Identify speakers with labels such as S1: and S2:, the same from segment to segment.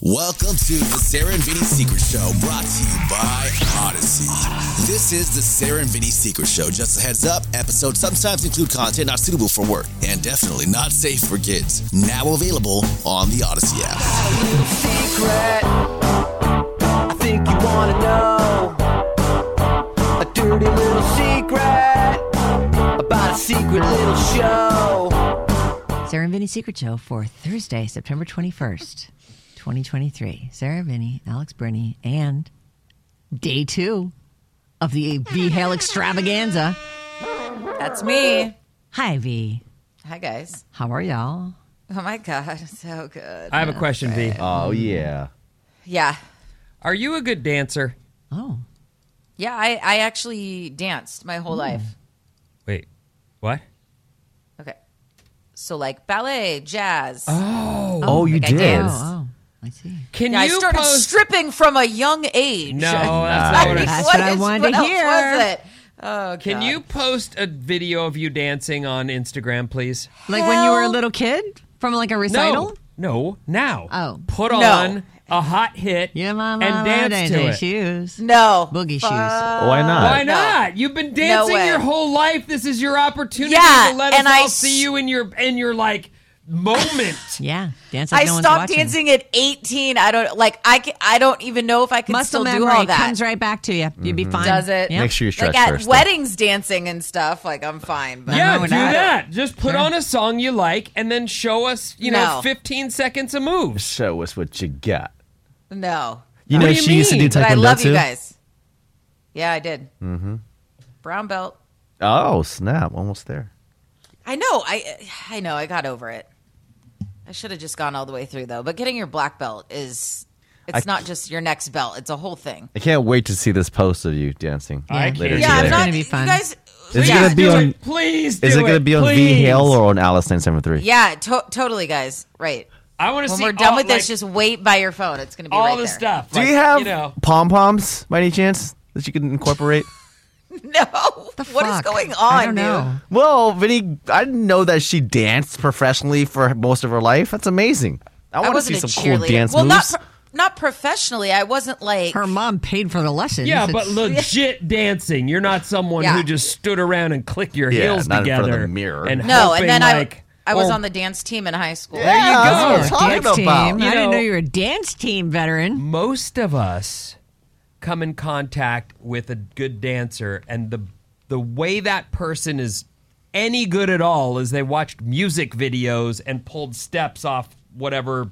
S1: Welcome to the Sarah and Vinny Secret Show, brought to you by Odyssey. This is the Sarah and Vinny Secret Show. Just a heads up, episodes sometimes include content not suitable for work and definitely not safe for kids. Now available on the Odyssey app.
S2: secret. I think you wanna know a dirty little secret about a secret little show.
S3: Sarah and Vinny Secret Show for Thursday, September 21st, 2023. Sarah, Vinny, Alex, Brittany, and day two of the V Hale extravaganza.
S4: That's me.
S3: Hi, V.
S4: Hi guys.
S3: How are y'all?
S4: Oh my god, so good.
S5: I have a question, V.
S6: Oh yeah.
S4: Yeah.
S5: Are you a good dancer?
S3: Oh,
S4: Yeah, I, I actually danced my
S5: Hmm.
S4: whole life.
S5: Wait, what?
S4: Okay. So like ballet, jazz.
S6: Oh, you
S4: I did.
S6: did.
S3: oh, oh, I see.
S5: Can
S4: Yeah, I
S5: you
S4: started
S5: post?
S4: stripping from a young age.
S5: no, that's not what it is.
S3: That's what I
S4: is-
S3: wanted to
S4: else
S3: hear.
S4: Was it? Oh,
S5: Can
S4: God.
S5: you post a video of you dancing on Instagram, please?
S3: Like when you were a little kid from like a recital?
S5: No, no, now.
S3: Oh.
S5: put
S4: No.
S5: on a hot hit
S3: Yeah, mama,
S5: and dance
S3: mama,
S5: to
S3: day
S5: it.
S3: shoes.
S4: No.
S3: Boogie shoes.
S6: Why not?
S5: Why not? You've been dancing
S4: way.
S5: your whole life. This is your opportunity
S4: Yeah,
S5: to let
S4: and
S5: us
S4: I
S5: all see you in your in your like moment.
S3: Yeah, dance like
S4: I
S3: no one's
S4: stopped
S3: watching.
S4: dancing at 18 I don't like I can, I don't even know if I can
S3: Muscle
S4: still
S3: memory
S4: do all that.
S3: comes right back to you. You'd be fine.
S4: Does
S3: Yep.
S4: it?
S6: Mm-hmm. Make sure you stretch
S4: like at
S6: first. though.
S4: weddings dancing and stuff like I'm fine, but
S5: Yeah,
S3: wrong
S5: do
S3: with that.
S5: that. Just put on a song you like and then show us, you know,
S4: No.
S5: 15 seconds of moves.
S6: Show us what you got.
S4: no.
S6: You
S5: What
S6: know
S5: do you
S6: she used to do
S5: mean?
S6: taekwondo
S4: But I love
S6: too.
S4: you guys. Yeah, I did. Mm-hmm. Brown belt.
S6: Oh snap! Almost there.
S4: I know. I I know. I got over it. I should have just gone all the way through though. But getting your black belt is it's not just your next belt. It's a whole thing.
S6: I can't wait to see this post of you dancing
S5: I
S6: later
S5: can't.
S6: today.
S4: Yeah,
S5: Yeah,
S4: I'm
S5: I'm It's
S4: not.
S3: gonna be fun.
S4: You guys.
S6: Is it
S4: yeah,
S6: gonna be
S5: do
S6: on-
S5: it. Please
S6: Is
S5: do
S6: it going to be on V
S5: please.
S6: Hale or on Alice 973?
S4: yeah, to- totally, guys. Right.
S5: I want to
S4: When
S5: see
S4: we're done
S5: all,
S4: with
S5: like,
S4: this, just wait by your phone. It's gonna be
S5: all
S4: right
S5: the
S4: there.
S5: stuff.
S6: Do
S5: like,
S6: you have
S5: know,
S6: pom poms by any chance that you can incorporate?
S4: No.
S3: The
S4: what is
S3: fuck?
S4: going on?
S3: I don't
S4: dude?
S3: know.
S6: well, Vinny, I didn't know that she danced professionally for most of her life. That's amazing. I
S4: I
S6: want to see
S4: wasn't
S6: some
S4: a
S6: cool
S4: cheerleader.
S6: dance
S4: well,
S6: moves.
S4: not pro- not professionally. I wasn't like
S3: Her mom paid for the lessons.
S5: yeah, but
S3: It's-
S5: legit dancing. You're not someone
S4: Yeah.
S5: who just stood around and clicked your
S6: Yeah,
S5: heels
S6: not in
S5: together
S6: front of the mirror.
S5: And
S4: no.
S5: hoping,
S4: And then
S5: like,
S4: I I was
S5: oh,
S4: on the dance team in high school.
S6: yeah,
S5: go.
S6: that's what I'm
S3: dance
S6: talking about.
S3: team.
S5: You
S3: I didn't
S5: know-
S3: know you were a dance team veteran.
S5: most of us come in contact with a good dancer and the the way that person is any good at all is they watched music videos and pulled steps off whatever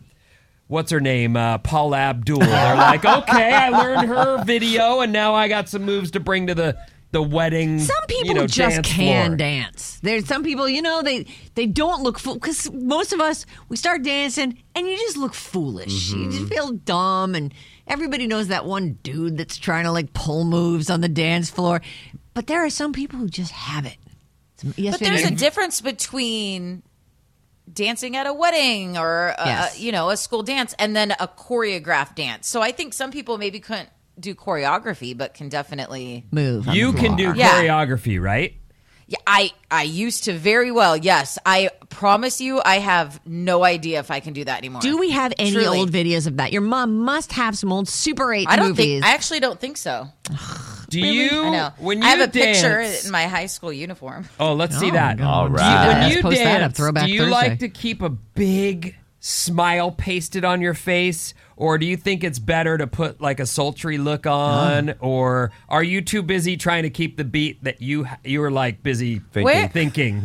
S5: what's her name uh, paula abdul they're like okay i learned her video and now i got some moves to bring to the the wedding
S3: Some people
S5: you know,
S3: just
S5: dance
S3: can
S5: floor.
S3: dance. There's some people, you know, they they don't look fool because most of us we start dancing and you just look foolish.
S5: Mm-hmm.
S3: You just feel dumb, and everybody knows that one dude that's trying to like pull moves on the dance floor. But there are some people who just have it. Some- yes,
S4: But there's a
S3: Vinny?
S4: difference between dancing at a wedding or a,
S3: Yes.
S4: you know a school dance and then a choreographed dance. So I think some people maybe couldn't do choreography, but can definitely.
S3: move. on
S5: you
S3: the
S5: can
S3: floor.
S5: do
S4: Yeah.
S5: choreography right
S4: Yeah, I I used to very well. Yes, I promise you, I have no idea if I can do that anymore.
S3: Do we have any
S4: Truly.
S3: old videos of that? Your mom must have some old Super Eight
S4: I don't
S3: movies.
S4: think. I actually don't think so.
S5: do you
S4: I know.
S5: when you
S4: I have a
S5: dance,
S4: picture in my high school uniform.
S5: Oh, let's see
S3: Oh,
S5: that.
S3: God.
S6: All
S5: Do you-
S6: right.
S5: when
S3: Yes,
S5: you
S3: post that up,
S5: dance,
S3: Throwback
S5: do you
S3: Thursday.
S5: like to keep a big smile pasted on your face, or do you think it's better to put like a sultry look on, or are you too busy trying to keep the beat that you you were like busy thinking?
S4: Where-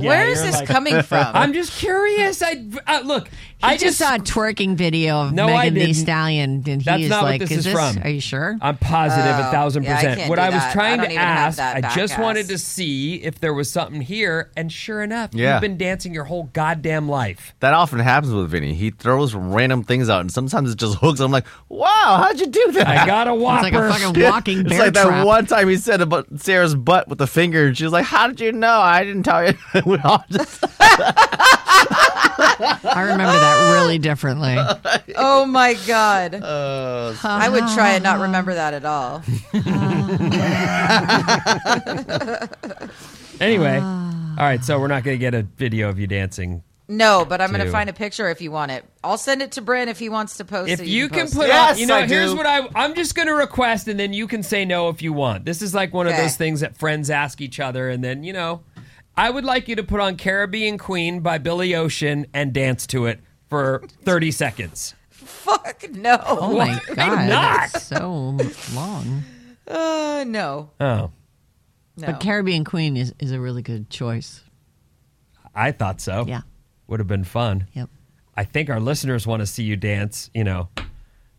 S5: Yeah,
S4: Where is
S5: you're
S4: this
S5: like-
S4: coming from?
S5: I'm just curious. I uh, look. I
S3: I just saw a twerking video of
S5: No, I
S3: Megan Thee
S5: didn't.
S3: Stallion, and
S5: That's
S3: he is
S5: not what
S3: like,
S5: this
S3: is,
S5: is
S3: this?
S5: from.
S3: Are you sure?
S5: I'm positive a thousand
S4: yeah, I
S5: percent.
S4: can't
S5: what
S4: do
S5: I was
S4: that.
S5: trying
S4: I
S5: to
S4: don't even have
S5: ask,
S4: that
S5: I
S4: back
S5: just
S4: ass.
S5: wanted to see if there was something here, and sure enough,
S6: Yeah.
S5: you've been dancing your whole goddamn life.
S6: That often happens with Vinny. He throws random things out, and sometimes it just hooks and I'm like, wow, how'd you do that?
S5: I got a whopper.
S3: like a fucking walking
S6: It's
S3: bear
S6: like
S3: trap.
S6: that one time he said about Sarah's butt with the finger, and she was like, "How did you know? I didn't tell you." We all just-
S3: I remember that really differently.
S4: Oh my god.
S5: Oh,
S4: I would try and not remember that at all.
S5: Anyway, all right. So we're not going to get a video of you dancing.
S4: No, but I'm going
S5: Two.
S4: to find a picture if you want it. I'll send it to Bryn if he wants to post it.
S5: If you can
S4: Oh, post
S5: put
S4: it.
S5: up,
S6: Yes,
S5: you know,
S6: I
S5: here's
S6: do.
S5: what I I'm just going to request, and then you can say no if you want. This is like one of
S4: Okay.
S5: those things that friends ask each other, and then you know, I would like you to put on Caribbean Queen by Billy Ocean and dance to it for 30 seconds.
S4: fuck no.
S3: Oh my god,
S5: not?
S3: it's so long.
S4: Uh, no.
S5: Oh,
S4: No.
S3: But Caribbean Queen is, is a really good choice.
S5: I thought so.
S3: Yeah.
S5: would have been fun.
S3: Yep.
S5: I think our listeners want to see you dance. You know,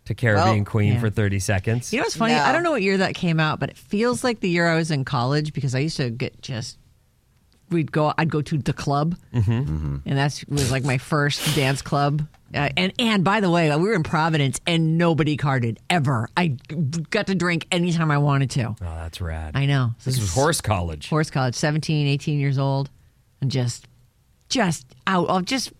S5: to Caribbean
S4: Well,
S5: Queen
S3: yeah.
S5: for 30 seconds.
S3: You know what's funny?
S4: No.
S3: I don't know what year that came out, but it feels like the year I was in college because I used to get just we'd go I'd go to the club,
S4: Mm-hmm.
S3: and that was like my first dance club. Uh, and and by the way, we were in Providence and nobody carded ever. I got to drink anytime I wanted to.
S5: oh, that's rad.
S3: I know
S5: This was horse college.
S3: Forest College, 17, 18 years old, and just, just out of just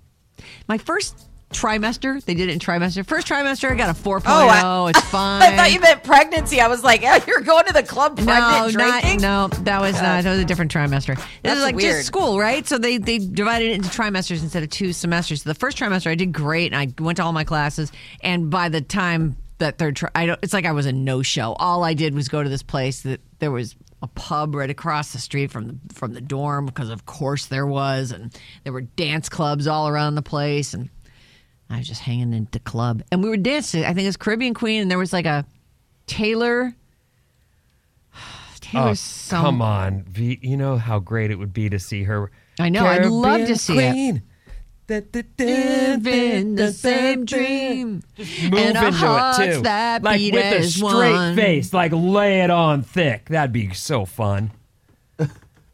S3: my first trimester. They did it in trimester. First trimester, I got a 4.0.
S4: Oh, I-
S3: it's fine.
S4: I thought you meant pregnancy. I was like, yeah, you're going to the club
S3: no,
S4: pregnant
S3: not,
S4: drinking?
S3: no, that was not. That was a different trimester. This
S4: That's
S3: is like
S4: weird.
S3: just school, right? So they they divided it into trimesters instead of two semesters. So the first trimester I did great, and I went to all my classes. And by the time that third, tri- I don't. It's like I was a no show. All I did was go to this place that there was a pub right across the street from the from the dorm because of course there was, and there were dance clubs all around the place, and I was just hanging in the club, and we were dancing. I think it was Caribbean Queen, and there was like a Taylor. Taylor,
S5: Oh,
S3: some-
S5: come on. V, you know how great it would be to see her.
S3: I know, I'd love to see it.
S5: it.
S3: live in the same dream.
S5: Move
S3: and our
S5: into
S3: hearts
S5: it too.
S3: That
S5: like
S3: beat
S5: with a
S3: as
S5: straight
S3: one.
S5: face, like lay it on thick. That'd be so fun.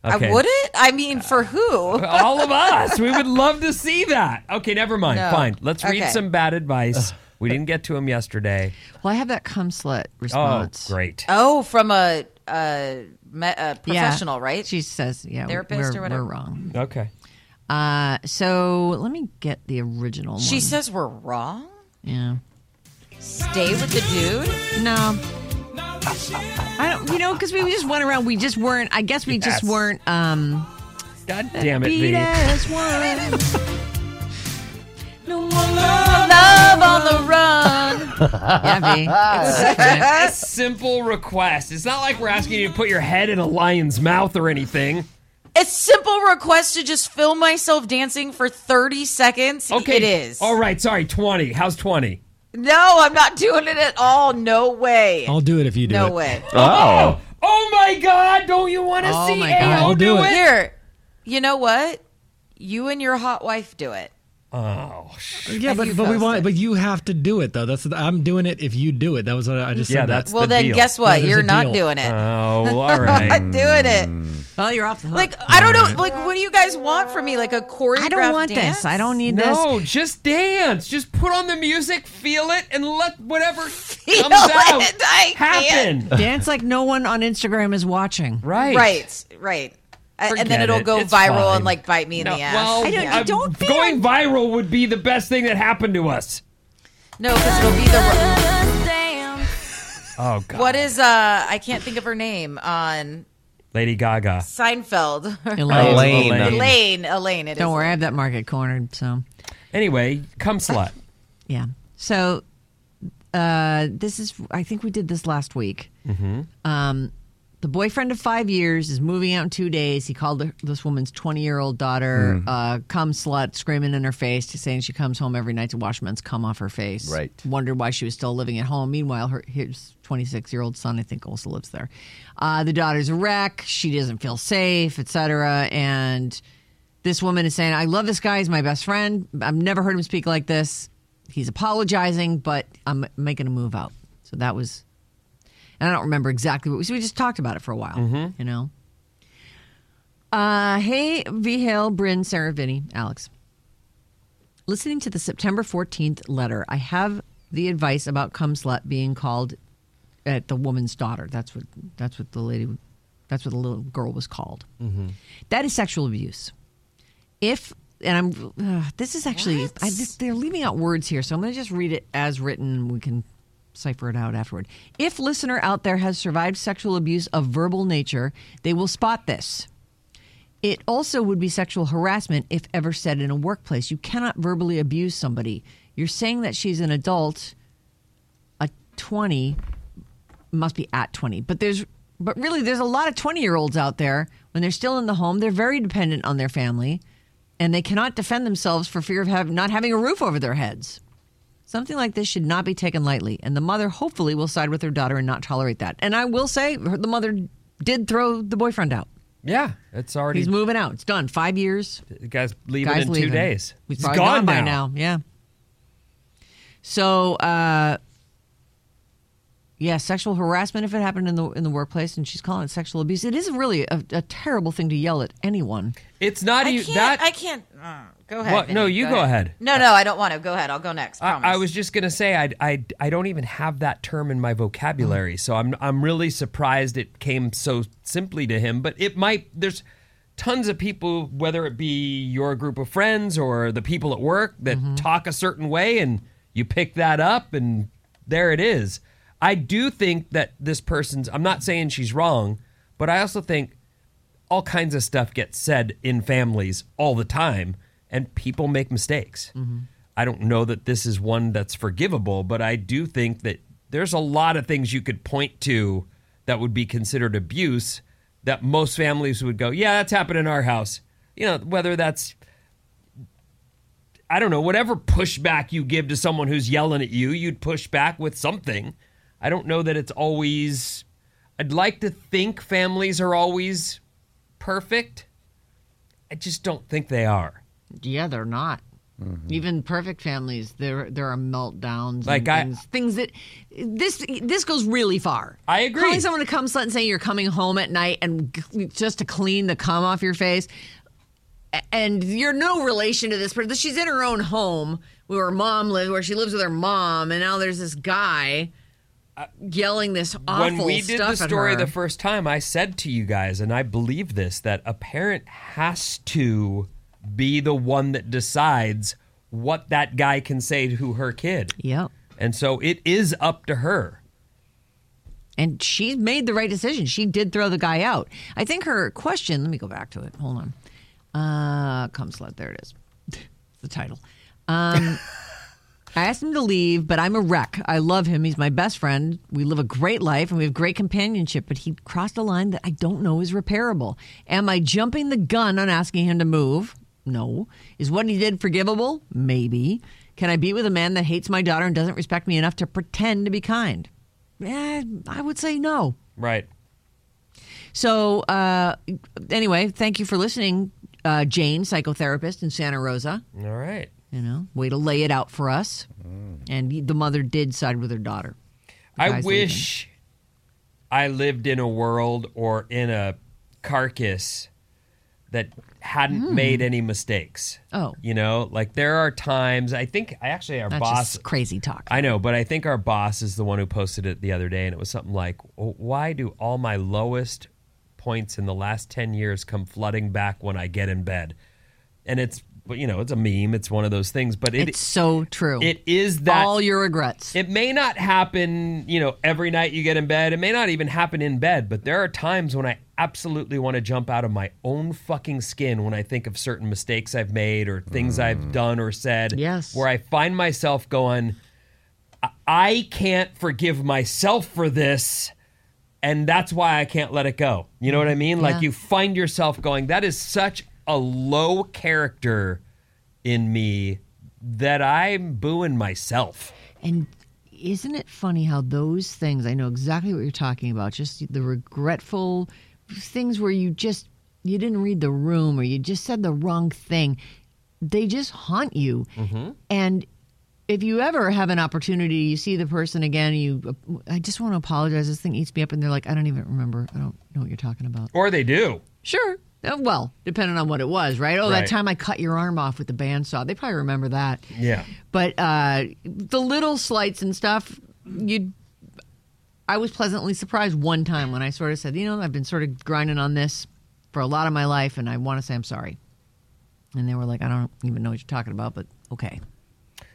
S5: Okay.
S4: I wouldn't? I mean, for who?
S5: All of us. We would love to see that. Okay, never mind.
S4: No.
S5: Fine. Let's read
S4: Okay.
S5: some bad advice. we didn't get to him yesterday.
S3: Well, I have that cum slut
S5: Oh,
S3: response.
S5: great.
S4: Oh, from a, a, me- a
S3: Yeah.
S4: professional, right?
S3: She says, "Yeah,
S4: Therapist
S3: we're,
S4: or whatever.
S3: we're wrong."
S5: Okay.
S3: Uh, so let me get the original.
S4: she
S3: one.
S4: says we're wrong?
S3: "Yeah,
S4: Stay with the dude?
S3: no." I don't, you know, because we just went around. We just weren't. I guess we just
S5: Yes.
S3: weren't. Um,
S5: God damn it,
S3: beat
S5: V.
S3: as one.
S4: Love on the run.
S3: yeah, V. It's such a-
S5: a simple request. It's not like we're asking you to put your head in a lion's mouth or anything.
S4: a simple request to just film myself dancing for 30 seconds.
S5: Okay.
S4: It is.
S5: All right. Sorry. 20. How's 20?
S4: No, I'm not doing it at all. No way.
S7: I'll do it if you do
S4: no
S7: it.
S4: way.
S6: oh,
S5: Oh my God. Don't you want to
S3: Oh
S5: see
S3: my
S5: AO
S3: God.
S7: I'll do it.
S4: Here, you know what? You and your hot wife do it.
S5: Oh, sh-
S7: Yeah,
S4: you
S7: but, but we
S4: post
S7: want
S4: it.
S7: but you have to do it though. That's the- I'm doing it if you do it. That was what I just
S5: Yeah,
S7: said. that.
S5: that's-
S4: Well,
S5: the
S4: then
S5: deal.
S4: guess
S7: Yeah,
S4: what?
S7: there's
S4: You're
S7: a
S4: not
S7: deal.
S4: doing it.
S5: oh, all right.
S4: I'm doing it.
S3: well, you're off the hook.
S4: Like I don't know. Like what do you guys want from me? Like a choreographed
S3: I don't want
S4: dance?
S3: this. I don't need this.
S5: No, just dance. Just put on the music, feel it, and let whatever comes out
S4: it. I can't.
S5: happen.
S3: Dance like no one on Instagram is watching.
S5: Right.
S4: Right, right. A- and
S5: Forget
S4: then it'll
S5: it.
S4: go
S5: It's
S4: viral
S5: fine.
S4: and like bite me in
S5: No,
S4: the ass.
S5: well,
S3: I don't- I
S5: I'm-
S3: don't feel
S5: going viral would be the best thing that happened to us.
S4: no, because it'll be the. ro-
S5: Oh God,
S4: What is uh? I can't think of her name on
S5: Lady Gaga?
S4: Seinfeld.
S3: Elaine.
S6: Elaine.
S4: Elaine, Elaine. It is.
S3: Don't worry, I have that market cornered. So,
S5: Anyway, come slut.
S3: yeah. So, uh, this is, I think we did this last week. Um, the boyfriend of five years is moving out in two days. He called her- this woman's 20 year old daughter uh, cum slut, screaming in her face, saying she comes home every night to wash men's cum off her face.
S6: Right.
S3: Wondered why she was still living at home. Meanwhile, her his 26 year old son, I think, also lives there. Uh, the daughter's a wreck. She doesn't feel safe, etc. And this woman is saying, I love this guy. He's my best friend. I've never heard him speak like this. He's apologizing, but I'm making a move out. So that was and I don't remember exactly what we, so we just talked about it for a while, you know. Uh, hey, V. Hale, Bryn, Sarah, Vinny, Alex. Listening to the September 14th letter, I have the advice about cum slut being called at the woman's daughter. That's what that's what the lady, that's what the little girl was called. That is sexual abuse. If and I'm uh, this is actually I, this, they're leaving out words here, so I'm going to just read it as written. We can cipher it out afterward. If listener out there has survived sexual abuse of verbal nature, they will spot this. It also would be sexual harassment if ever said in a workplace. You cannot verbally abuse somebody. You're saying that she's an adult, a 20 must be at 20, but there's but really there's a lot of 20-year-olds out there when they're still in the home, they're very dependent on their family and they cannot defend themselves for fear of have, not having a roof over their heads. Something like this should not be taken lightly, and the mother hopefully will side with her daughter and not tolerate that. And I will say her- the mother did throw the boyfriend out.
S5: Yeah, it's already.
S3: He's moving out. It's done. 5 years.
S5: the guy's leaving
S3: Guys
S5: in
S3: leaving.
S5: two days.
S3: He's,
S5: He's
S3: probably
S5: gone,
S3: by
S5: now.
S3: now. Yeah. So, uh, yeah, sexual harassment if it happened in the in the workplace, and she's calling it sexual abuse. It is really a, a terrible thing to yell at anyone.
S5: It's not
S4: I
S5: even
S4: can't.
S5: that.
S4: I can't. uh, go ahead.
S5: What?
S4: Vinny,
S5: No, you go ahead.
S4: No, no, I don't want to. Go ahead. I'll go next. Promise.
S5: I, I was just gonna say I, I I don't even have that term in my vocabulary, so I'm I'm really surprised it came so simply to him. But it might there's tons of people, whether it be your group of friends or the people at work that talk a certain way, and you pick that up, and there it is. I do think that this person's. I'm not saying she's wrong, but I also think all kinds of stuff gets said in families all the time, and people make mistakes. I don't know that this is one that's forgivable, but I do think that there's a lot of things you could point to that would be considered abuse that most families would go, Yeah, that's happened in our house. You know, whether that's, I don't know, whatever pushback you give to someone who's yelling at you, you'd push back with something. I don't know that it's always, I'd like to think families are always perfect. I just don't think they are.
S3: Yeah, they're not. Even perfect families, there there are meltdowns.
S5: Mm-hmm. Like
S3: and
S5: I-
S3: things, things that this this goes really far.
S5: I agree.
S3: Calling someone to come slut and saying you're coming home at night and g- just to clean the cum off your face, A- and you're no relation to this person. She's in her own home where her mom lives, where she lives with her mom, and now there's this guy yelling this awful
S5: Uh, when we did
S3: stuff
S5: the
S3: at
S5: story
S3: her.
S5: the first time, I said to you guys, and I believe this, that a parent has to be the one that decides what that guy can say to her kid.
S3: Yep.
S5: And so it is up to her.
S3: And she made the right decision. She did throw the guy out. I think her question, let me go back to it. Hold on. Uh, come slut. There it is. the title. Um, I asked him to leave, but I'm a wreck. I love him. He's my best friend. We live a great life and we have great companionship, but he crossed a line that I don't know is repairable. Am I jumping the gun on asking him to move? No. Is what he did forgivable? Maybe. Can I be with a man that hates my daughter and doesn't respect me enough to pretend to be kind? Eh, I would say no.
S5: Right.
S3: So, uh, anyway, thank you for listening, uh, Jane, psychotherapist in Santa Rosa.
S5: All right.
S3: You know, way to lay it out for us.
S5: Mm.
S3: And the mother did side with her daughter. The
S5: I
S3: guy's
S5: wish I lived in a world or in a carcass that hadn't made any mistakes.
S3: Hmm. Oh.
S5: You know, like there are times, I think, I actually, our
S3: leaving. That's
S5: boss.
S3: just crazy talk.
S5: I know, but I think our boss is the one who posted it the other day, and it was something like, "Oh, "Why do all my lowest points in the last ten years come flooding back when I get in bed?" And it's, but, you know, it's a meme. It's one of those things, but it
S3: it's so true.
S5: it is that
S3: all your regrets.
S5: it may not happen, you know, every night you get in bed. It may not even happen in bed, but there are times when I absolutely want to jump out of my own fucking skin when I think of certain mistakes I've made or things I've done or said.
S3: Mm. Yes.
S5: Where I find myself going, "I- I can't forgive myself for this. And that's why I can't let it go. You know what I mean? Like
S3: Mm-hmm. Yeah.
S5: you find yourself going, that is such a low character in me that I'm booing myself.
S3: And isn't it funny how those things, I know exactly what you're talking about, just the regretful things where you just you didn't read the room or you just said the wrong thing. They just haunt you. And if you ever have an opportunity, you see the person again, you I just want to apologize. This thing eats me up and they're like, I don't even remember. I don't know what you're talking about.
S5: Or they do.
S3: Sure. Uh, Well, depending on what it was, right? Oh,
S5: Right.
S3: that time I cut your arm off with the bandsaw. They probably remember that.
S5: Yeah.
S3: But uh, the little slights and stuff, you. I was pleasantly surprised one time when I sort of said, you know, I've been sort of grinding on this for a lot of my life, and I want to say I'm sorry. And they were like, I don't even know what you're talking about, but okay.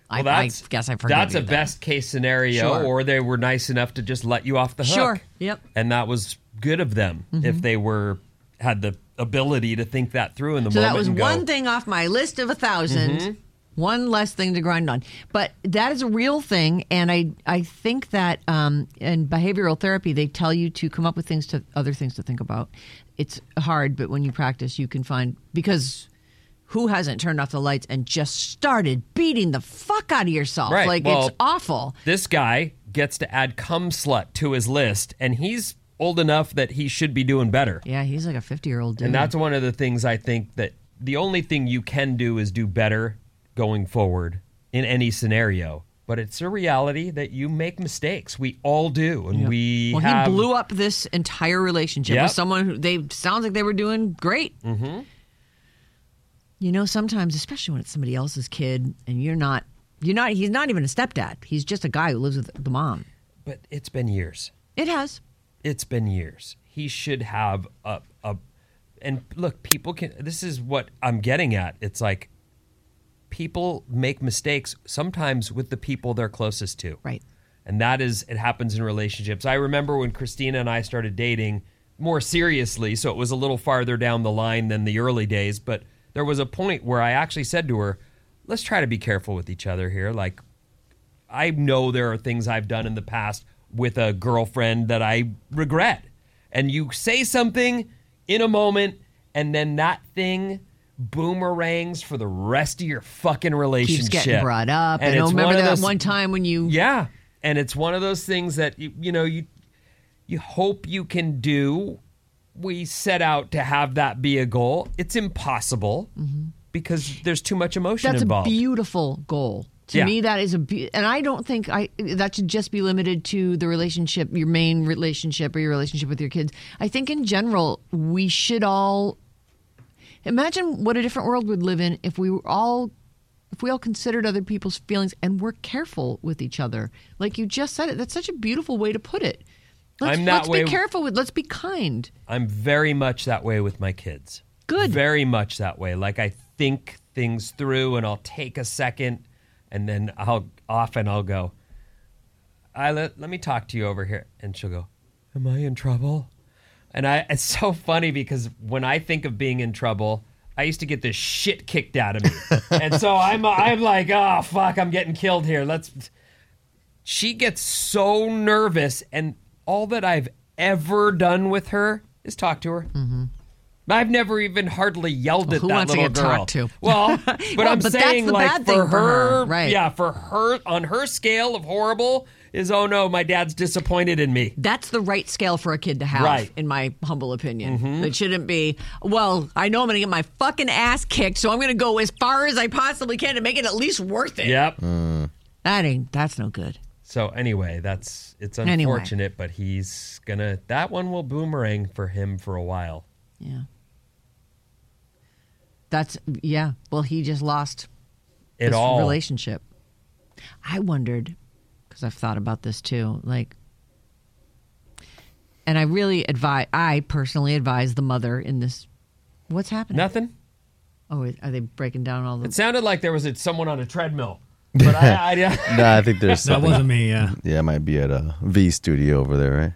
S3: I,
S5: Well, that's,
S3: I guess I forgive
S5: That's
S3: you
S5: a
S3: then.
S5: best case scenario,
S3: Sure.
S5: or they were nice enough to just let you off the hook.
S3: Sure. Mm-hmm. Yep.
S5: And that was good of them if they were had the ability to think that through in the
S3: So
S5: moment.
S3: that was
S5: and go, Mm-hmm.
S3: one thing off my list of a 1000 One less thing to grind on, but that is a real thing, and I I think that um, in behavioral therapy they tell you to come up with things to other things to think about. It's hard, but when you practice, you can find because who hasn't turned off the lights and just started beating the fuck out of yourself?
S5: Right,
S3: Like
S5: well-
S3: it's awful.
S5: This guy gets to add cum slut to his list, and he's old enough that he should be doing better.
S3: Yeah, he's like a fifty year old dude.
S5: And that's one of the things I think that the only thing you can do is do better going forward in any scenario. But it's a reality that you make mistakes. We all do, and we
S3: well,
S5: have
S3: he blew up this entire relationship
S5: Yep.
S3: with someone who they sounds like they were doing great. Mm-hmm. You know, sometimes, especially when it's somebody else's kid, and you're not, you're not, he's not even a stepdad. He's just a guy who lives with the mom.
S5: but it's been years.
S3: It has.
S5: it's been years. He should have a, a and look, people can this is what I'm getting at. It's like people make mistakes sometimes with the people they're closest to.
S3: Right.
S5: And that is it happens in relationships. I remember when Christina and I started dating more seriously, so it was a little farther down the line than the early days, but there was a point where I actually said to her, "Let's try to be careful with each other here. Like I know there are things I've done in the past with a girlfriend that I regret. And you say something in a moment, and then that thing boomerangs for the rest of your fucking
S3: Keeps
S5: relationship.
S3: getting brought up.
S5: And
S3: I don't
S5: it's
S3: remember
S5: one of
S3: that
S5: those-
S3: one time when you.
S5: Yeah, and it's one of those things that you, you know you you hope you can do. We set out to have that be a goal. It's impossible because there's too much emotion
S3: Mm-hmm. That's
S5: involved.
S3: a beautiful goal. To
S5: Yeah.
S3: me, that is a be- and I don't think I that should just be limited to the relationship, your main relationship, or your relationship with your kids. I think in general, we should all imagine what a different world would live in if we were all if we all considered other people's feelings and were careful with each other. Like you just said, it that's such a beautiful way to put it. Let's,
S5: I'm that
S3: let's
S5: way-
S3: be careful with. Let's be kind.
S5: I'm very much that way with my kids.
S3: Good.
S5: Very much that way. Like I think things through and I'll take a second and then I'll often I'll go, I let, let me talk to you over here. And she'll go, Am I in trouble? And I it's so funny because when I think of being in trouble, I used to get this shit kicked out of me. and so I'm I'm like, oh fuck, I'm getting killed here. Let's she gets so nervous and all that i've ever done with her is talk to her mm-hmm. i've never even hardly yelled at
S3: who
S5: that
S3: wants to
S5: little
S3: get
S5: girl
S3: talked to?
S5: well but
S3: Well,
S5: i'm
S3: but that's
S5: saying
S3: the
S5: like
S3: bad
S5: for,
S3: thing
S5: her,
S3: for her, right.
S5: yeah for her on her scale of horrible is oh no my dad's disappointed in me
S3: That's the right scale for a kid to have,
S5: Right. Mm-hmm.
S3: in my humble opinion. It shouldn't be, well, I know I'm going to get my fucking ass kicked, so I'm going to go as far as I possibly can to make it at least worth it.
S5: yep
S3: That ain't, that's no good.
S5: so anyway that's it's
S3: Anyway.
S5: unfortunate but he's gonna that one will boomerang for him for a while
S3: Yeah. That's, yeah. Well, he just lost
S5: it
S3: this
S5: all
S3: relationship. I wondered because I've thought about this too, like, and I really advise. I personally advise the mother in this. What's happening?
S5: nothing
S3: Oh, are they breaking down all the?
S5: it sounded like there was a, someone on a treadmill but I, I
S6: No, I think there's
S7: That
S6: something.
S7: wasn't me. Yeah.
S6: yeah, it might be at a V studio over there, right?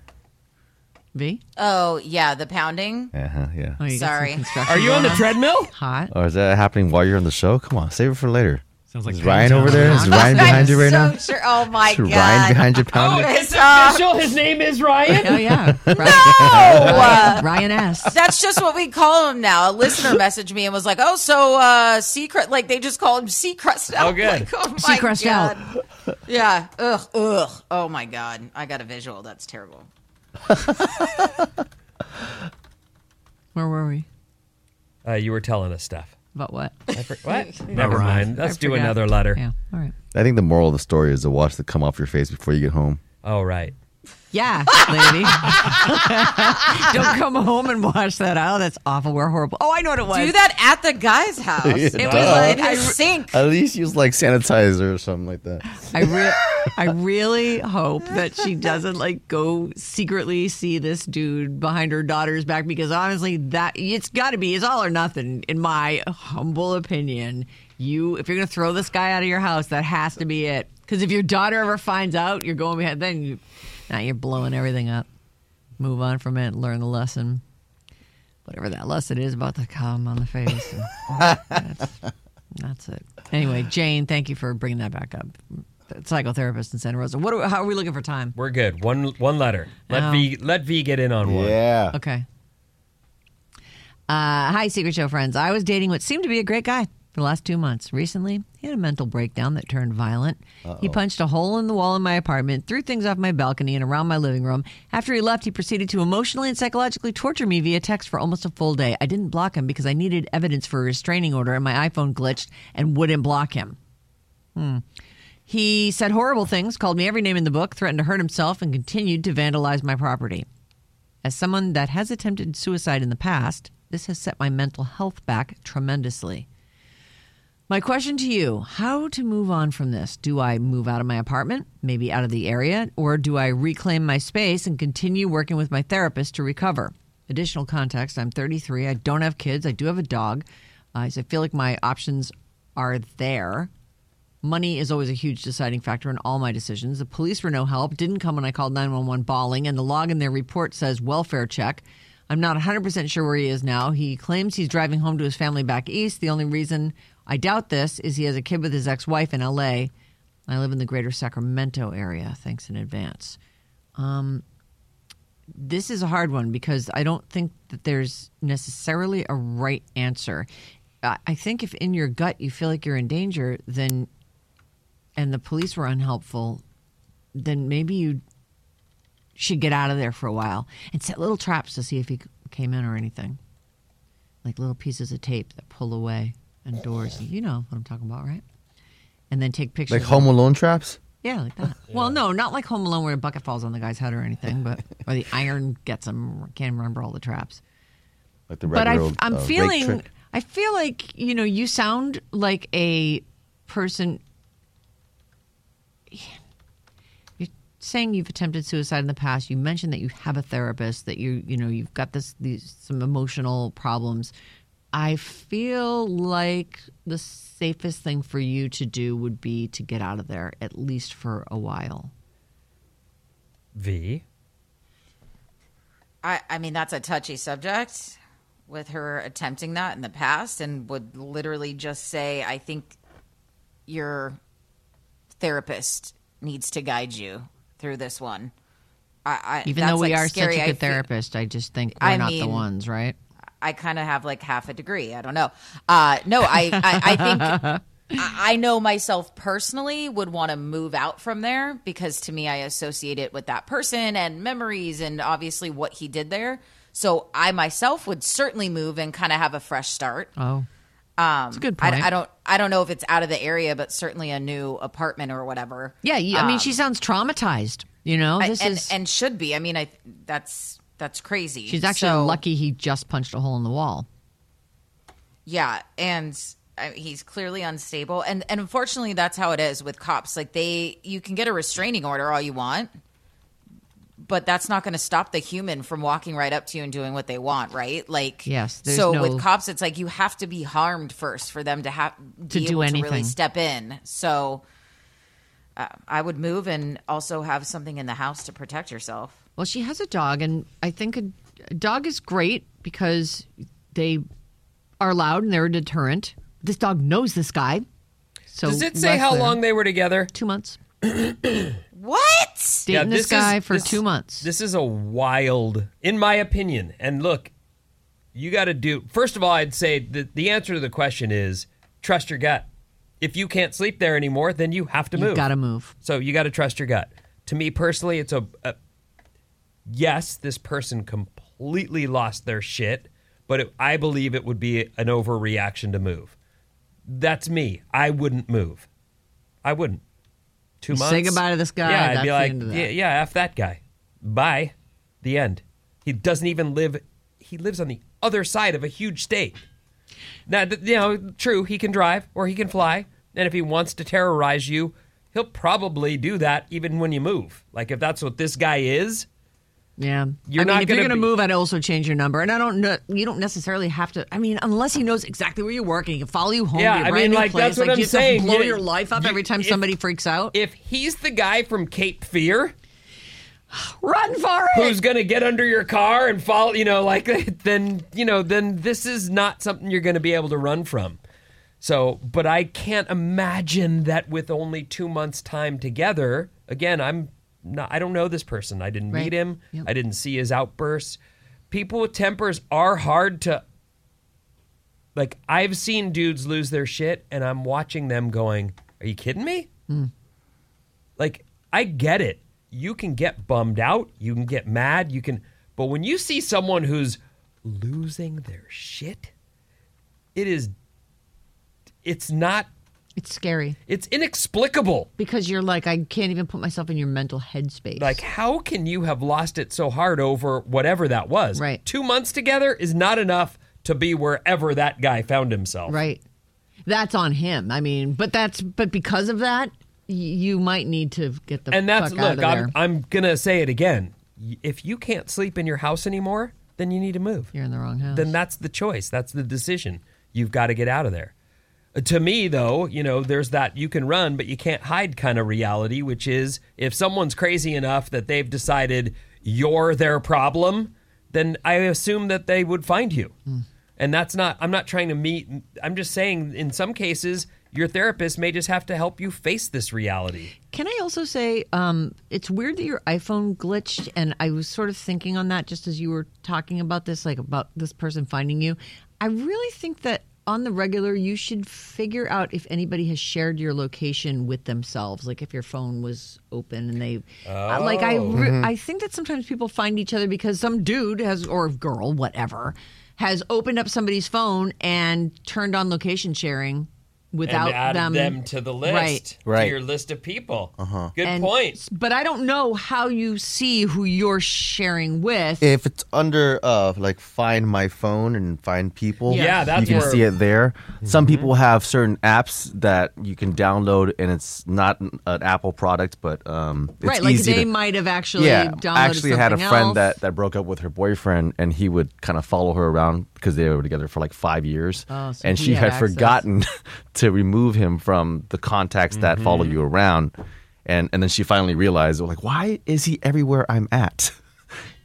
S3: V?
S4: Oh yeah, the pounding.
S6: Uh huh. Yeah.
S3: Oh, you got some
S4: Sorry.
S3: construction
S5: Are you on the
S3: going
S5: treadmill?
S3: Hot.
S6: Or Oh, is that happening while you're on the show? Come on, save it for later.
S7: Sounds like
S6: Is Ryan over there? Is
S7: Poundtown.
S6: Ryan behind you right
S4: so
S6: now?
S4: Sure. Oh my
S6: Is Ryan
S4: god.
S6: behind you pounding?
S5: It's
S4: Uh,
S5: official. His name is Ryan.
S3: Oh yeah. Ryan,
S4: Oh, uh,
S3: Ryan S.
S4: that's just what we call him now. A listener messaged me and was like, "Oh, so uh, secret? Like they just call him Seacrest out?
S5: Oh, good.
S4: Like, oh my
S3: Seacrest
S4: God.
S3: out.
S4: Yeah. Ugh. Ugh. Oh my god. I got a visual. That's terrible.
S3: Where were we?
S5: Uh, you were telling us stuff.
S3: About what?
S5: I for- what? Never
S7: Ryan.
S5: mind. Let's
S3: I
S5: do
S3: forgot.
S5: another letter.
S3: Yeah. All right.
S6: I think the moral of the story is to watch the come off your face before you get home.
S5: Oh, right.
S3: Yeah, lady. Don't come home and wash that out. That's awful. We're horrible. Oh, I know what it was.
S4: Do that at the guy's house. It was like a sink.
S6: At least use like sanitizer or something like that.
S3: I, re- I really hope that she doesn't like go secretly see this dude behind her daughter's back because honestly, that it's got to be it's all or nothing in my humble opinion. You, if you're gonna throw this guy out of your house, that has to be it. Because if your daughter ever finds out you're going behind, then you, now you're blowing everything up. Move on from it. Learn the lesson. Whatever that lesson is about the cum on the face. and- that's it. Anyway, Jane, thank you for bringing that back up. Psychotherapist in Santa Rosa. What? Are, how are we looking for time?
S5: We're good. One one letter. Let V let V get in on one.
S6: Yeah.
S3: Okay. Uh, hi, Secret Show friends. I was dating what seemed to be a great guy for the last two months. Recently, he had a mental breakdown that turned violent. He punched a hole in the wall in my apartment, threw things off my balcony and around my living room. After he left, he proceeded to emotionally and psychologically torture me via text for almost a full day. I didn't block him because I needed evidence for a restraining order, and my iPhone glitched and wouldn't block him. Hmm. He said horrible things, called me every name in the book, threatened to hurt himself, and continued to vandalize my property. As someone that has attempted suicide in the past, this has set my mental health back tremendously. My question to you how to move on from this? Do I move out of my apartment, maybe out of the area, or do I reclaim my space and continue working with my therapist to recover? Additional context I'm 33, I don't have kids, I do have a dog. Uh, so I feel like my options are there. Money is always a huge deciding factor in all my decisions. The police were no help, didn't come when I called 911 bawling, and the log in their report says welfare check. I'm not 100% sure where he is now. He claims he's driving home to his family back east. The only reason I doubt this is he has a kid with his ex wife in LA. I live in the greater Sacramento area. Thanks in advance. This is a hard one because I don't think that there's necessarily a right answer. I I think if in your gut you feel like you're in danger, then and the police were unhelpful, then maybe you should get out of there for a while and set little traps to see if he c- came in or anything. Like little pieces of tape that pull away and doors. You know what I'm talking about, right? And then take pictures.
S6: Like
S3: of-
S6: Home Alone traps.
S3: yeah, like that. Well, no, not like Home Alone where a bucket falls on the guy's head or anything, but or the iron gets him. I Can't remember all the traps.
S6: Like the
S3: but I,
S6: regular old,
S3: I'm
S6: uh, rake
S3: feeling.
S6: trick.
S3: I feel like you know. You sound like a person. You're saying you've attempted suicide in the past. You mentioned that you have a therapist. That you you know you've got this these some emotional problems. I feel like the safest thing for you to do would be to get out of there at least for a while.
S5: V.
S4: I, I mean, that's a touchy subject with her attempting that in the past and would literally just say, I think your therapist needs to guide you through this one. I, I,
S3: Even
S4: that's,
S3: though we
S4: like,
S3: are
S4: scary.
S3: such a
S4: I
S3: good
S4: feel-
S3: therapist, I just think we're
S4: I
S3: not the
S4: mean-
S3: ones, right?
S4: I kind of have like half a degree. I don't know. Uh, no, I, I, I think I, I know myself personally would want to move out from there because to me, I associate it with that person and memories and obviously what he did there. So I myself would certainly move and kind of have a fresh start.
S3: Oh,
S4: Um,
S3: a good point.
S4: I, I don't, I don't know if it's out of the area, but certainly a new apartment or whatever.
S3: Yeah, you, I mean,
S4: Um,
S3: she sounds traumatized. You know,
S4: I-
S3: this
S4: and,
S3: is
S4: and should be. I mean, I that's that's crazy.
S3: she's actually
S4: So-
S3: lucky he just punched a hole in the wall.
S4: Yeah, and I he's clearly unstable, and and unfortunately, that's how it is with cops. Like they, you can get a restraining order all you want, but that's not going to stop the human from walking right up to you and doing what they want, right? Like
S3: Yes, there's
S4: So
S3: no-
S4: with cops, it's like you have to be harmed first for them to have
S3: To
S4: be
S3: do
S4: able to
S3: anything.
S4: really step in. So. Uh, I would move and also have something in the house to protect yourself.
S3: Well, she has a dog, and I think a, a dog is great because they are loud and they're a deterrent. This dog knows this guy. So
S5: Does it say
S3: less
S5: how
S3: there.
S5: long they were together?
S3: Two months.
S4: What?
S3: Dating this,
S5: is-
S3: guy for
S5: this-
S3: two months.
S5: This is a wild, in my opinion. And look, you got to do. First of all, I'd say the the answer to the question is trust your gut. If you can't sleep there anymore, then you have to move.
S3: You've got to move.
S5: So you got to trust your gut. To me personally, it's a, a yes. This person completely lost their shit, but it, I believe it would be an overreaction to move. That's me. I wouldn't move. I wouldn't. Two
S3: You
S5: months.
S3: say goodbye to this guy,
S5: Yeah, I'd
S3: that's
S5: be
S3: the
S5: like,
S3: end of that.
S5: yeah, yeah, f that guy. Bye. The end. He doesn't even live. He lives on the other side of a huge state. Now, th- you know, true, he can drive or he can fly, and if he wants to terrorize you, he'll probably do that even when you move. Like if that's what this guy is,
S3: Yeah.
S5: You're
S3: I mean,
S5: not
S3: if you're going
S5: gonna
S3: to
S5: be-
S3: move, I'd also change your number. And I don't know, you don't necessarily have to. I mean, unless he knows exactly where you work and he can follow you home
S5: Yeah,
S3: to your
S5: I
S3: brand
S5: mean,
S3: new
S5: like,
S3: place.
S5: that's what
S3: like,
S5: I'm
S3: you just have to
S5: saying.
S3: blow
S5: You-
S3: your life up
S5: you-
S3: every time
S5: if-
S3: somebody freaks out.
S5: if he's the guy from Cape Fear
S3: Run for it.
S5: who's gonna get under your car and follow, you know, like then you know, then this is not something you're gonna be able to run from. So, but I can't imagine that with only two months' time together. Again, I'm not. I don't know this person. I didn't meet
S3: Right.
S5: him.
S3: Yep.
S5: I didn't see his outbursts. People with tempers are hard to. Like I've seen dudes lose their shit, and I'm watching them going, "Are you kidding me?"
S3: Hmm.
S5: Like, I get it. You can get bummed out. You can get mad. You can. But when you see someone who's losing their shit, it is. It's not.
S3: It's scary
S5: It's inexplicable.
S3: because you're like, I can't even put myself in your mental headspace.
S5: Like, how can you have lost it so hard over whatever that was?
S3: Right.
S5: Two months together is not enough to be wherever that guy found himself.
S3: right. That's on him. I mean, but that's, but because of that, y- you might need to get the
S5: And that's
S3: fuck out
S5: look.
S3: of there.
S5: I'm, I'm gonna say it again. Y- If you can't sleep in your house anymore, then you need to move.
S3: you're in the wrong house.
S5: then that's the choice. That's the decision. You've got to get out of there. Uh, To me, though, you know, there's that you can run, but you can't hide kind of reality, which is if someone's crazy enough that they've decided you're their problem, then I assume that they would find you.
S3: Hmm.
S5: And that's not, I'm not trying to meet, I'm just saying in some cases, your therapist may just have to help you face this reality.
S3: Can I also say um, it's weird that your iPhone glitched, and I was sort of thinking on that just as you were talking about this, like about this person finding you. I really think that on the regular, you should figure out if anybody has shared your location with themselves, like if your phone was open and they, uh, like I,
S5: Oh.
S3: re-
S5: Mm-hmm.
S3: I think that sometimes people find each other because some dude has or girl, whatever, has opened up somebody's phone and turned on location sharing without
S5: and add them,
S3: them
S5: to the list,
S3: right?
S6: Right.
S5: to your list of people. Uh-huh. Good
S3: And-
S5: point.
S3: But I don't know how you see who you're sharing with.
S6: If it's under uh like find my phone and find people,
S5: Yeah, that's
S6: you can
S5: where-
S6: see it there. Some people have certain apps that you can download, and it's not an an Apple product, but um, it's
S3: right, like
S6: easy
S3: they
S6: to,
S3: might have actually
S6: yeah.
S3: downloaded
S6: I actually had a
S3: something
S6: friend
S3: else.
S6: that that broke up with her boyfriend, and he would kind of follow her around because they were together for like five years,
S3: Oh, so
S6: and
S3: he
S6: she
S3: had
S6: had
S3: access.
S6: forgotten to remove him from the contacts that follow you around, and and then she finally realized, like, why is he everywhere I'm at?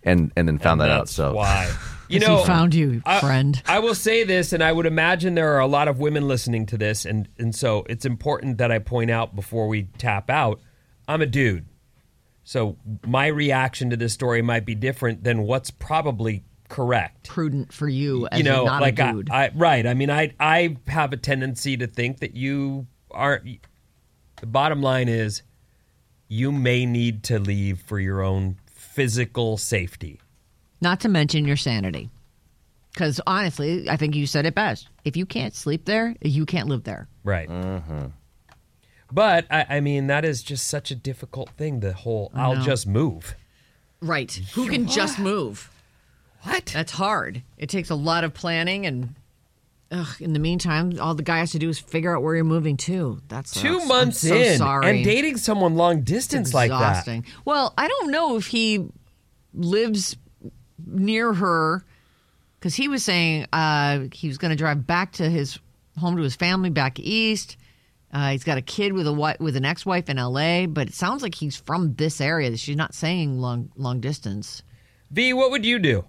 S6: And, and then found that out.
S5: That's
S6: uh, So
S5: why you
S3: Because
S5: know
S3: he found you,
S5: I-
S3: friend.
S5: I will say this, and I would imagine there are a lot of women listening to this, and and so it's important that I point out before we tap out. I'm a dude, so my reaction to this story might be different than what's probably correct
S3: prudent for you as
S5: you know,
S3: not
S5: like
S3: a dude.
S5: I, I, right. I mean, I I have a tendency to think that you aren't. The bottom line is, you may need to leave for your own physical safety.
S3: not to mention your sanity. Because honestly, I think you said it best. If you can't sleep there, you can't live there.
S5: Right. But I, I mean, that is just such a difficult thing. The whole I'll just move.
S3: Right. Who can just move?
S5: What?
S3: That's hard. It takes a lot of planning and. Ugh, in the meantime, all the guy has to do is figure out where you're moving to. That's
S5: Two
S3: I'm
S5: months
S3: so
S5: in
S3: sorry.
S5: and dating someone long distance like that.
S3: exhausting. Well, I don't know if he lives near her because he was saying uh, he was going to drive back to his home to his family back east. Uh, he's got a kid with a wi- with an ex wife in L.A., but it sounds like he's from this area. She's not saying long long distance.
S5: V, what would you do?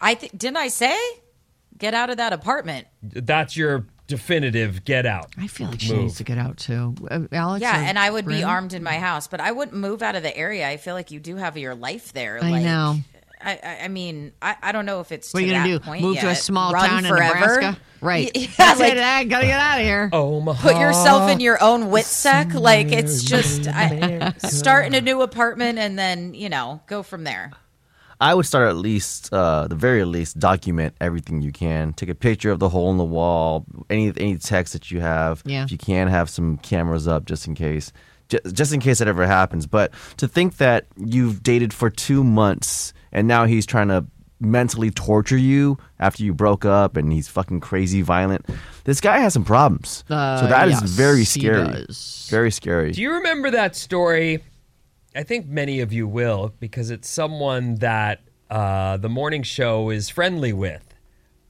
S4: I th- didn't I say get out of that apartment?
S5: That's your definitive get out.
S3: I feel like she
S5: Move.
S3: needs to get out too. Uh, Alex,
S4: Yeah,
S3: or
S4: and I would be
S3: Bryn?
S4: armed in my house, but I wouldn't move out of the area. I feel like you do have your life there.
S3: I
S4: like,
S3: know.
S4: I, I, I mean, I, I don't know if it's
S3: What are
S4: to
S3: you gonna
S4: that
S3: do?
S4: point
S3: Move to a
S4: yet.
S3: small
S4: Run
S3: town
S4: forever?
S3: in Nebraska, right?
S4: Yeah,
S3: That's
S4: like,
S3: it. Oh. I gotta get out of here.
S6: Oh.
S5: Omaha.
S4: put yourself in your own witsec. Like it's just I, start in a new apartment and then you know go from there.
S6: I would start at least, uh, the very least, document everything you can. Take a picture of the hole in the wall, any any text that you have.
S3: Yeah.
S6: If you can, have some cameras up just in case. j- just in case that ever happens. But to think that you've dated for two months and now he's trying to mentally torture you after you broke up and he's fucking crazy violent. This guy has some problems. so that is
S3: Uh, yes,
S6: very
S3: he
S6: scary.
S3: does.
S6: Very scary.
S5: Do you remember that story? I think many of you will because it's someone that uh, the morning show is friendly with.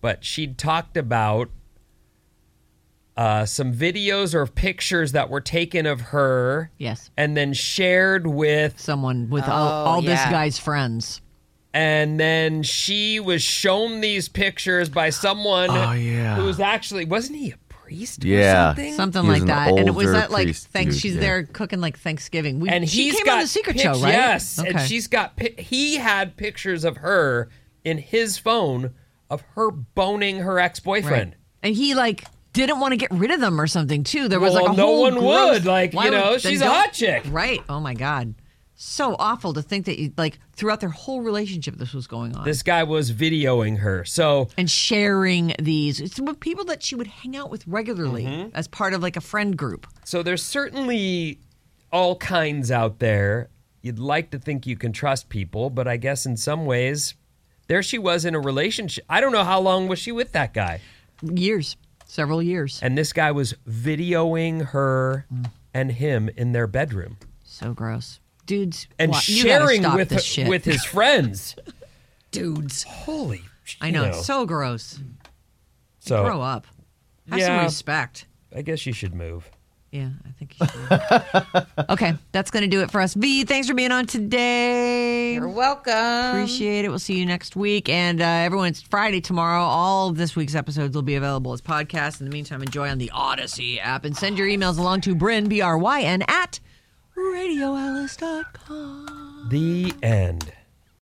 S5: But she talked about uh, some videos or pictures that were taken of her.
S3: Yes.
S5: And then shared with,
S3: Someone with all,
S4: Oh,
S3: all this
S4: yeah.
S3: guy's friends.
S5: and then she was shown these pictures by someone who was actually, wasn't he a priest
S6: Yeah.
S5: or something?
S3: Something
S6: He was
S3: like
S6: an
S3: that. And it was
S6: older
S3: at like
S6: priest
S3: thanks
S6: dude,
S3: she's
S6: yeah.
S3: there cooking like Thanksgiving. We,
S5: and he's
S3: she came
S5: got
S3: on the secret
S5: pic-
S3: show, right?
S5: Yes, and
S3: Okay.
S5: she's got. pi- He had pictures of her in his phone of her boning her ex boyfriend.
S3: And he like didn't want to get rid of them or something too. There was
S5: Well,
S3: like a
S5: no
S3: whole
S5: one
S3: gross-
S5: would, like,
S3: Why
S5: you know,
S3: would- then
S5: she's a
S3: don't-
S5: hot chick.
S3: Right. Oh my god. So awful to think that you like throughout their whole relationship this was going on.
S5: This guy was videoing her, so
S3: and sharing these it's with people that she would hang out with regularly
S5: Mm-hmm.
S3: as part of like a friend group.
S5: so there's certainly all kinds out there. You'd like to think you can trust people, but I guess in some ways, there she was in a relationship. I don't know how long was she with that guy,
S3: Years. Several years.
S5: and this guy was videoing her
S3: Mm.
S5: and him in their bedroom.
S3: So gross. Dudes
S5: and
S3: wha- you gotta
S5: sharing
S3: stop
S5: with
S3: this shit.
S5: with his friends.
S3: dudes.
S5: Holy, sh-
S3: I
S5: you
S3: know, it's so gross.
S5: So,
S3: Grow up. Have
S5: Yeah.
S3: some respect.
S5: I guess you should move.
S3: Yeah, I think you should. okay, that's going to do it for us. V, thanks for being on today.
S4: You're welcome.
S3: Appreciate it. We'll see you next week. And uh, everyone, it's Friday tomorrow. All of this week's episodes will be available as podcasts. In the meantime, enjoy on the Odyssey app and send your emails along to Bryn, B R Y N, at radioalice.com.
S5: The end.